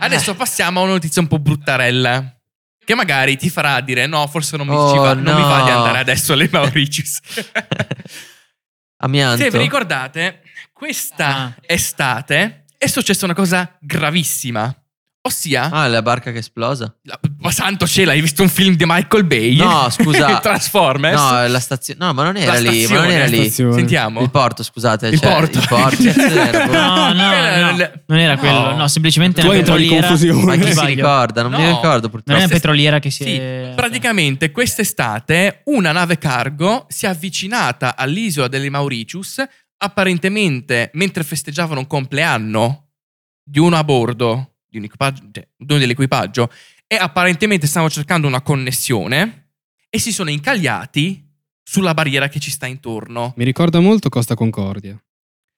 S1: Adesso passiamo a una notizia un po' bruttarella. Che magari ti farà dire: No, forse non mi, ci
S4: Oh,
S1: va, non mi va di
S4: no.
S1: andare adesso alle Mauritius.
S4: Amianto.
S1: Se vi ricordate, questa
S2: Ah.
S1: estate è successa una cosa gravissima. Ossia,
S4: Ah, la barca che è esplosa.
S1: la- ma santo cielo, hai visto un film di Michael Bay?
S4: No, scusa.
S1: Transformers?
S4: No, la stazione. No, ma non era
S1: La
S4: lì. Ma non
S1: stazione,
S4: era
S1: la
S4: lì.
S3: stazione.
S1: Sentiamo.
S4: Il porto, scusate.
S1: Il
S4: cioè,
S1: porto.
S4: Il porto. sì, era quello.
S2: No, no, no, non era quello. No, semplicemente
S3: Tu
S2: una
S3: entri in
S2: petroliera.
S3: confusione.
S4: Ma chi si
S2: Sbaglio.
S4: ricorda? Non mi
S1: No.
S4: ricordo
S2: Non
S4: purtroppo.
S2: è una
S1: se-
S2: petroliera che si
S1: Sì,
S2: è...
S1: Certo. praticamente quest'estate una nave cargo si è avvicinata all'isola delle Mauritius apparentemente mentre festeggiavano un compleanno di uno a bordo, di un equipaggio, cioè, di uno dell'equipaggio, e apparentemente stavano cercando una connessione e si sono incagliati sulla barriera che ci sta intorno.
S3: Mi ricorda molto Costa Concordia.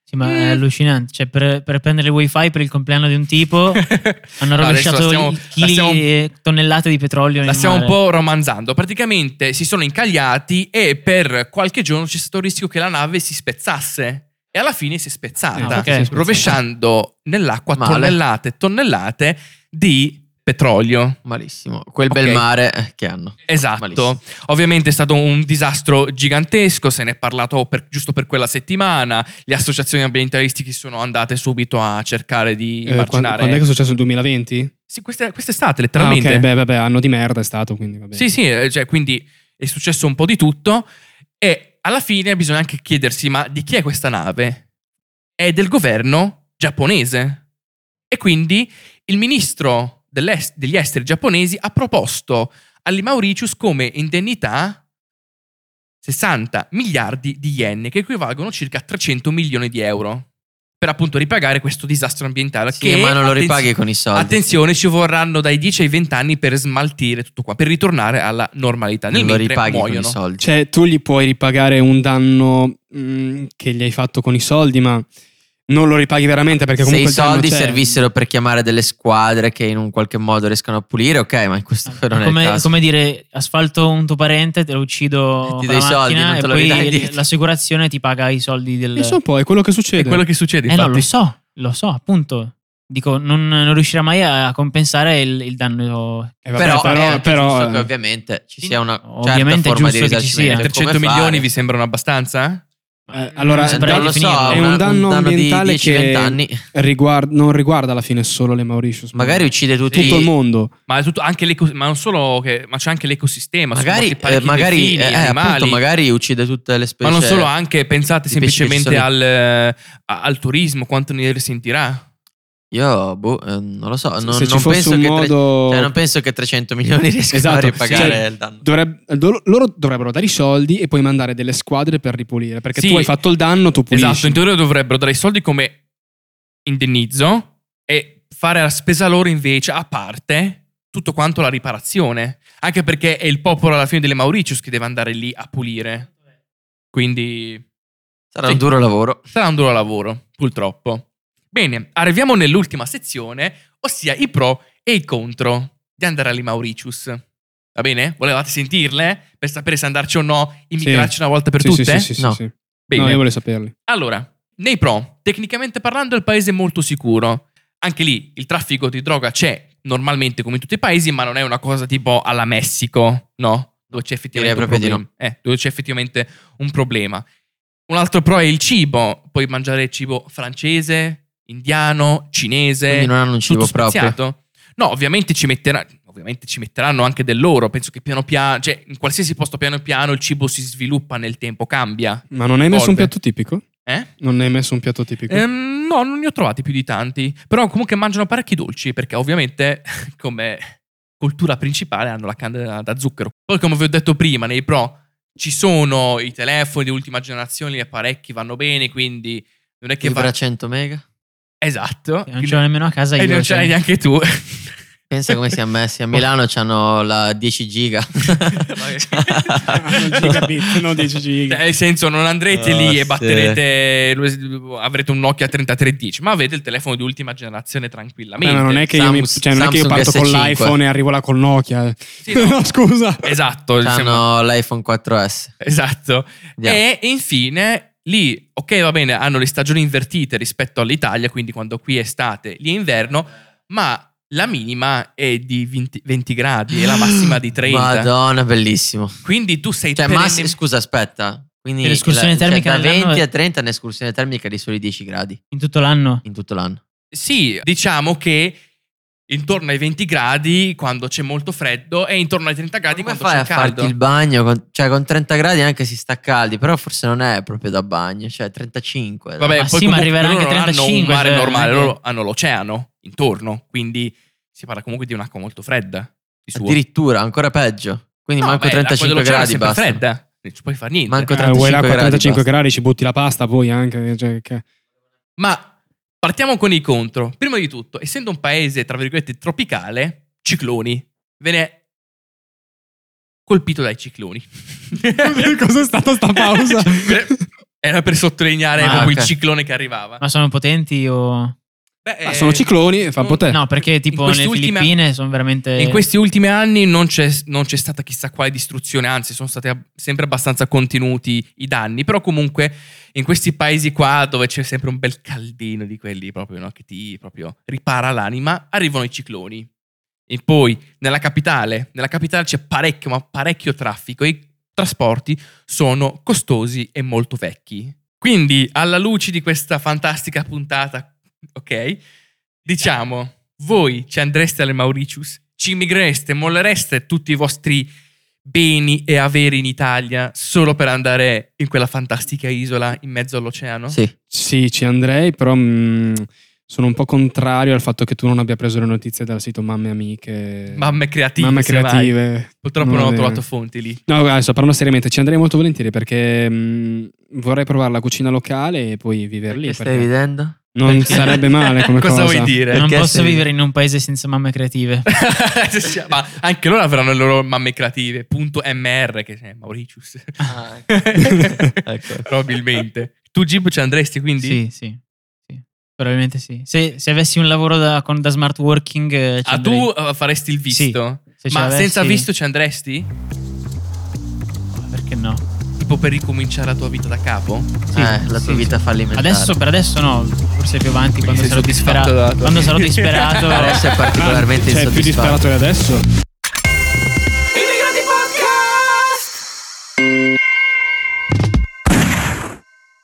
S2: Sì, ma è
S4: Eh.
S1: Mm.
S2: allucinante. Cioè, per, per prendere il wifi per il compleanno di un tipo hanno
S1: Adesso la
S2: rovesciato
S1: stiamo- la
S2: chili
S1: stiamo-
S2: e tonnellate di petrolio.
S1: La
S2: nel
S1: stiamo un
S2: mare.
S1: po' romanzando. Praticamente si sono incagliati e per qualche giorno c'è stato il rischio che la nave si spezzasse. E alla fine si è
S2: Ah,
S3: Eh,
S1: spezzata,
S2: ok. Si è
S1: rovesciando nell'acqua
S4: Male.
S1: tonnellate e tonnellate di petrolio.
S4: Malissimo. Quel
S1: Ok.
S4: bel mare eh, che hanno.
S1: Esatto.
S4: Malissimo.
S1: Ovviamente è stato un disastro gigantesco, se ne è parlato per- giusto per quella settimana. Le associazioni ambientalistiche sono andate subito a cercare di
S3: Eh, quando,
S1: marginare.
S3: quando è che è successo il 2020?
S1: Sì, queste- quest'estate,
S3: Ah,
S1: letteralmente.
S3: ok, beh, vabbè, anno di merda è stato, quindi vabbè.
S1: Sì, sì, eh, cioè, quindi è successo un po' di tutto e alla fine bisogna anche chiedersi, ma di chi è questa nave? È del governo giapponese. E quindi il ministro dell'est- degli esteri giapponesi ha proposto agli Mauritius come indennità 60 miliardi di yen, che equivalgono circa 300 milioni di euro, per appunto ripagare questo disastro ambientale.
S4: Sì,
S1: che,
S4: ma non lo
S1: attenzione-
S4: ripaghi con i soldi.
S1: Attenzione, ci vorranno dai 10 ai 20 anni per smaltire tutto qua, per ritornare alla normalità. Nel
S4: Non lo
S1: mentre
S4: ripaghi
S1: muoiono.
S4: con i soldi.
S3: Cioè, tu gli puoi ripagare un danno mh, che gli hai fatto con i soldi, ma non lo ripaghi veramente perché
S4: Se i
S3: comunque il danno
S4: soldi
S3: c'è.
S4: servissero per chiamare delle squadre che in un qualche modo riescano a pulire, ok, ma in questo non è il
S2: Come,
S4: caso.
S2: come dire, asfalto un tuo parente, te lo uccido
S4: Ti
S2: con
S4: do i
S2: la
S4: soldi,
S2: macchina
S4: non te
S2: e
S4: lo ridai
S2: poi
S4: indietro.
S2: l'assicurazione ti paga i soldi del...
S3: E so poi, è quello che succede.
S1: È quello che succede,
S2: eh no,
S1: infatti.
S2: lo so, lo so, appunto. Dico, non, non riuscirà mai a compensare il, il danno.
S3: Eh, vabbè, però,
S4: però, è anche
S3: però,
S4: giusto
S3: eh,
S4: che ovviamente ci sia una
S2: Ovviamente è
S4: certa forma di
S2: giusto che ci sia.
S4: risarcimento. Come
S1: 300
S4: fare? Cioè,
S1: milioni vi sembrano abbastanza?
S3: eh, allora,
S2: Non
S4: non
S2: saprei
S4: lo so,
S2: definirlo.
S3: È
S4: una-
S3: un danno ambientale
S4: di 10,
S3: che-
S4: 20 anni.
S3: riguard- non riguarda alla fine solo le Mauritius. ma
S4: Magari uccide tutti
S3: tutto il mondo.
S1: Ma, è tutto- anche l'eco- ma non solo, che, ma c'è anche l'ecosistema. sono
S4: Magari,
S1: morti parecchi
S4: eh, magari,
S1: delfini,
S4: eh,
S1: animali.
S4: appunto, magari uccide tutte le specie.
S1: ma non solo, anche pensate
S4: di pesci che ci
S1: semplicemente
S4: sono.
S1: al, eh, a- al turismo, quanto ne risentirà.
S4: Io, boh, eh, non lo so. Non,
S3: Se ci
S4: non
S3: fosse
S4: penso
S3: un
S4: che tre-
S3: modo...
S4: cioè, non penso che 300 milioni riescano
S3: Esatto,
S4: a ripagare
S3: cioè,
S4: il danno.
S3: dovreb- do- loro dovrebbero dare i soldi e poi mandare delle squadre per ripulire. Perché
S1: Sì.
S3: tu hai fatto il danno, tu pulisci.
S1: Esatto, in teoria dovrebbero dare i soldi come indennizzo e fare la spesa loro invece a parte tutto quanto la riparazione. Anche perché è il popolo alla fine delle Mauritius che deve andare lì a pulire. Quindi
S4: Sarà
S1: sì.
S4: un duro lavoro.
S1: sarà un duro lavoro, purtroppo. Bene, arriviamo nell'ultima sezione, ossia i pro e i contro di andare alle Mauritius. Va bene? Volevate sentirle? Per sapere se andarci o no, immigrarci una volta per
S3: Sì,
S1: tutte?
S3: Sì, sì, sì,
S4: No.
S3: sì.
S1: Bene.
S3: No, io volevo saperli.
S1: Allora, nei pro, tecnicamente parlando, il paese è molto sicuro. Anche lì il traffico di droga c'è normalmente come in tutti i paesi, ma non è una cosa tipo alla Messico, no? Dove c'è effettivamente,
S4: Direi
S1: un
S4: proprio di
S1: problema. Eh, dove c'è effettivamente un problema. Un altro pro è il cibo. Puoi mangiare cibo francese, indiano, cinese.
S4: Quindi non hanno un cibo
S1: Eh, tutto
S4: proprio.
S1: speziato. No, ovviamente ci, metterà- ovviamente ci metteranno anche del loro. Penso che piano piano, cioè in qualsiasi posto piano piano il cibo si sviluppa nel tempo, cambia.
S3: Ma non hai messo un
S1: Volpe.
S3: piatto tipico?
S1: Eh?
S3: Non hai messo un piatto tipico?
S1: Ehm, no, non ne ho trovati più di tanti. Però comunque mangiano parecchi dolci perché ovviamente come cultura principale hanno la canna da zucchero. Poi come vi ho detto prima, nei pro ci sono i telefoni di ultima generazione, gli apparecchi vanno bene, quindi non è che
S4: Che
S1: va...
S4: farà 100 mega?
S1: Esatto.
S2: Non ce l'ho nemmeno a casa
S1: e
S2: io.
S1: non ce
S2: cioè.
S1: l'hai neanche tu. Cioè,
S4: Pensa come siamo messi a Milano, hanno la 10 giga.
S1: Vabbè.
S3: Ah,
S1: Cioè, nel senso, non andrete
S4: Ah,
S1: lì e
S4: sì.
S1: batterete. Avrete un Nokia 3310, ma avete il telefono di ultima generazione
S3: Beh,
S1: tranquillamente.
S3: Eh, ma non è che io, mi-
S4: Samsung-
S3: cioè, non è che io
S4: Samsung
S3: parto con
S4: S5.
S3: l'iPhone e arrivo là con Nokia. eh.
S1: Sì, no.
S3: no, scusa.
S1: Esatto, diciamo-
S4: hanno l'iPhone 4S.
S1: Esatto.
S4: Andiamo.
S1: E infine lì, ok, va bene, hanno le stagioni invertite rispetto all'Italia, quindi quando qui è estate, lì è inverno, ma la minima è di 20, 20 gradi e la massima di 30.
S4: Madonna, bellissimo.
S1: Quindi tu sei
S4: Cioè,
S1: perenne-
S4: massi- scusa, aspetta. Quindi
S2: E l'escursione
S4: cioè,
S2: termica
S4: da
S2: dell'anno
S4: 20
S2: è-
S4: a 30 è un'escursione termica di soli 10 gradi
S2: in tutto l'anno.
S4: in tutto l'anno.
S1: Sì, diciamo che intorno ai 20 gradi quando c'è molto freddo e intorno ai 30 gradi
S4: Come
S1: quando
S4: fai
S1: c'è
S4: a
S1: caldo.
S4: farti il bagno? con- cioè, con 30 gradi anche si sta caldi, però forse non è proprio da bagno, cioè 35.
S1: Vabbè,
S2: Ma
S1: poi
S2: sì, ma
S1: comunque
S2: arriverà
S1: loro
S2: anche
S1: non hanno un
S2: 35,
S1: mare
S2: cioè,
S1: normale,
S2: non è che-
S1: loro hanno l'oceano intorno, quindi si parla comunque di un'acqua molto fredda. Di suo.
S4: Addirittura, ancora peggio. Quindi
S1: No,
S4: manco
S1: beh, l'acqua
S4: 35
S1: dell'oceano è
S4: gradi
S1: sempre
S4: basta.
S1: fredda, non ci puoi fare niente.
S4: Manco
S3: Eh, vuoi
S4: 35
S3: l'acqua a
S4: gradi,
S3: 35
S4: basta.
S3: gradi, ci butti la pasta poi anche. cioè, che-
S1: Ma partiamo con i contro. Prima di tutto, essendo un paese, tra virgolette, tropicale, cicloni. Viene colpito dai cicloni. Cioè,
S3: Cos'è stata sta pausa?
S1: Era per sottolineare
S2: Ah,
S1: proprio
S4: ok.
S1: il ciclone che arrivava.
S2: Ma sono potenti o...
S1: Beh,
S3: Ah,
S1: eh,
S3: sono cicloni, fa
S1: no,
S3: potè.
S2: No, perché tipo
S1: questi
S2: nelle
S1: ultimi-
S2: Filippine sono veramente...
S1: In questi ultimi anni non c'è, non c'è stata chissà quale distruzione, anzi sono stati ab- sempre abbastanza contenuti i danni, però comunque in questi paesi qua dove c'è sempre un bel caldino di quelli proprio no, che ti proprio ripara l'anima, arrivano i cicloni. E poi nella capitale, nella capitale c'è parecchio, ma parecchio traffico e i trasporti sono costosi e molto vecchi. Quindi alla luce di questa fantastica puntata, ok, diciamo voi ci andreste alle Mauritius, ci immigrereste, mollereste tutti i vostri beni e averi in Italia solo per andare in quella fantastica isola in mezzo all'oceano?
S4: Sì.
S3: Sì, ci andrei, però mh, sono un po' contrario al fatto che tu non abbia preso le notizie dal sito Mamme Amiche.
S1: Mamme creative.
S3: Mamme
S1: se vai.
S3: creative.
S1: Purtroppo
S3: Va
S1: non ho
S3: bene.
S1: trovato fonti lì.
S3: No, guarda, sto parlando seriamente, ci andrei molto volentieri perché mh, vorrei provare la cucina locale e poi vivere
S4: Perché
S3: lì.
S4: stai
S3: perché
S4: ridendo?
S3: non
S4: Perché?
S3: sarebbe male come
S1: Cosa
S3: cosa.
S1: vuoi dire?
S2: Non
S4: Perché
S2: posso
S4: se-
S2: vivere in un paese senza mamme creative.
S1: Ma anche loro avranno le loro mamme creative. Punto MR, che è Mauritius.
S4: Ah, ecco.
S1: Probabilmente. Tu, Gib, ci andresti quindi?
S2: Sì, sì, sì. Probabilmente sì. Se, se avessi un lavoro da, con- da smart working... eh, ci
S1: Ah,
S2: andrei.
S1: tu eh, faresti il
S2: Sì.
S1: visto?
S2: Se ce
S1: Ma
S2: l'avessi-
S1: senza visto ci andresti?
S2: Perché no?
S4: Esatto.
S1: Tipo per ricominciare la tua vita da capo?
S2: Sì,
S4: Eh, la
S2: sì, sì.
S4: tua vita fallimentare.
S2: Adesso, per adesso no, forse più avanti
S1: Quindi
S2: quando
S1: sei
S2: sarò
S1: soddisfatto
S2: disperato.
S1: della tua
S2: Quando
S1: vita.
S2: sarò disperato.
S4: Adesso è
S3: Ah,
S4: particolarmente
S3: cioè, più
S4: insoddisfatto.
S3: disperato di adesso?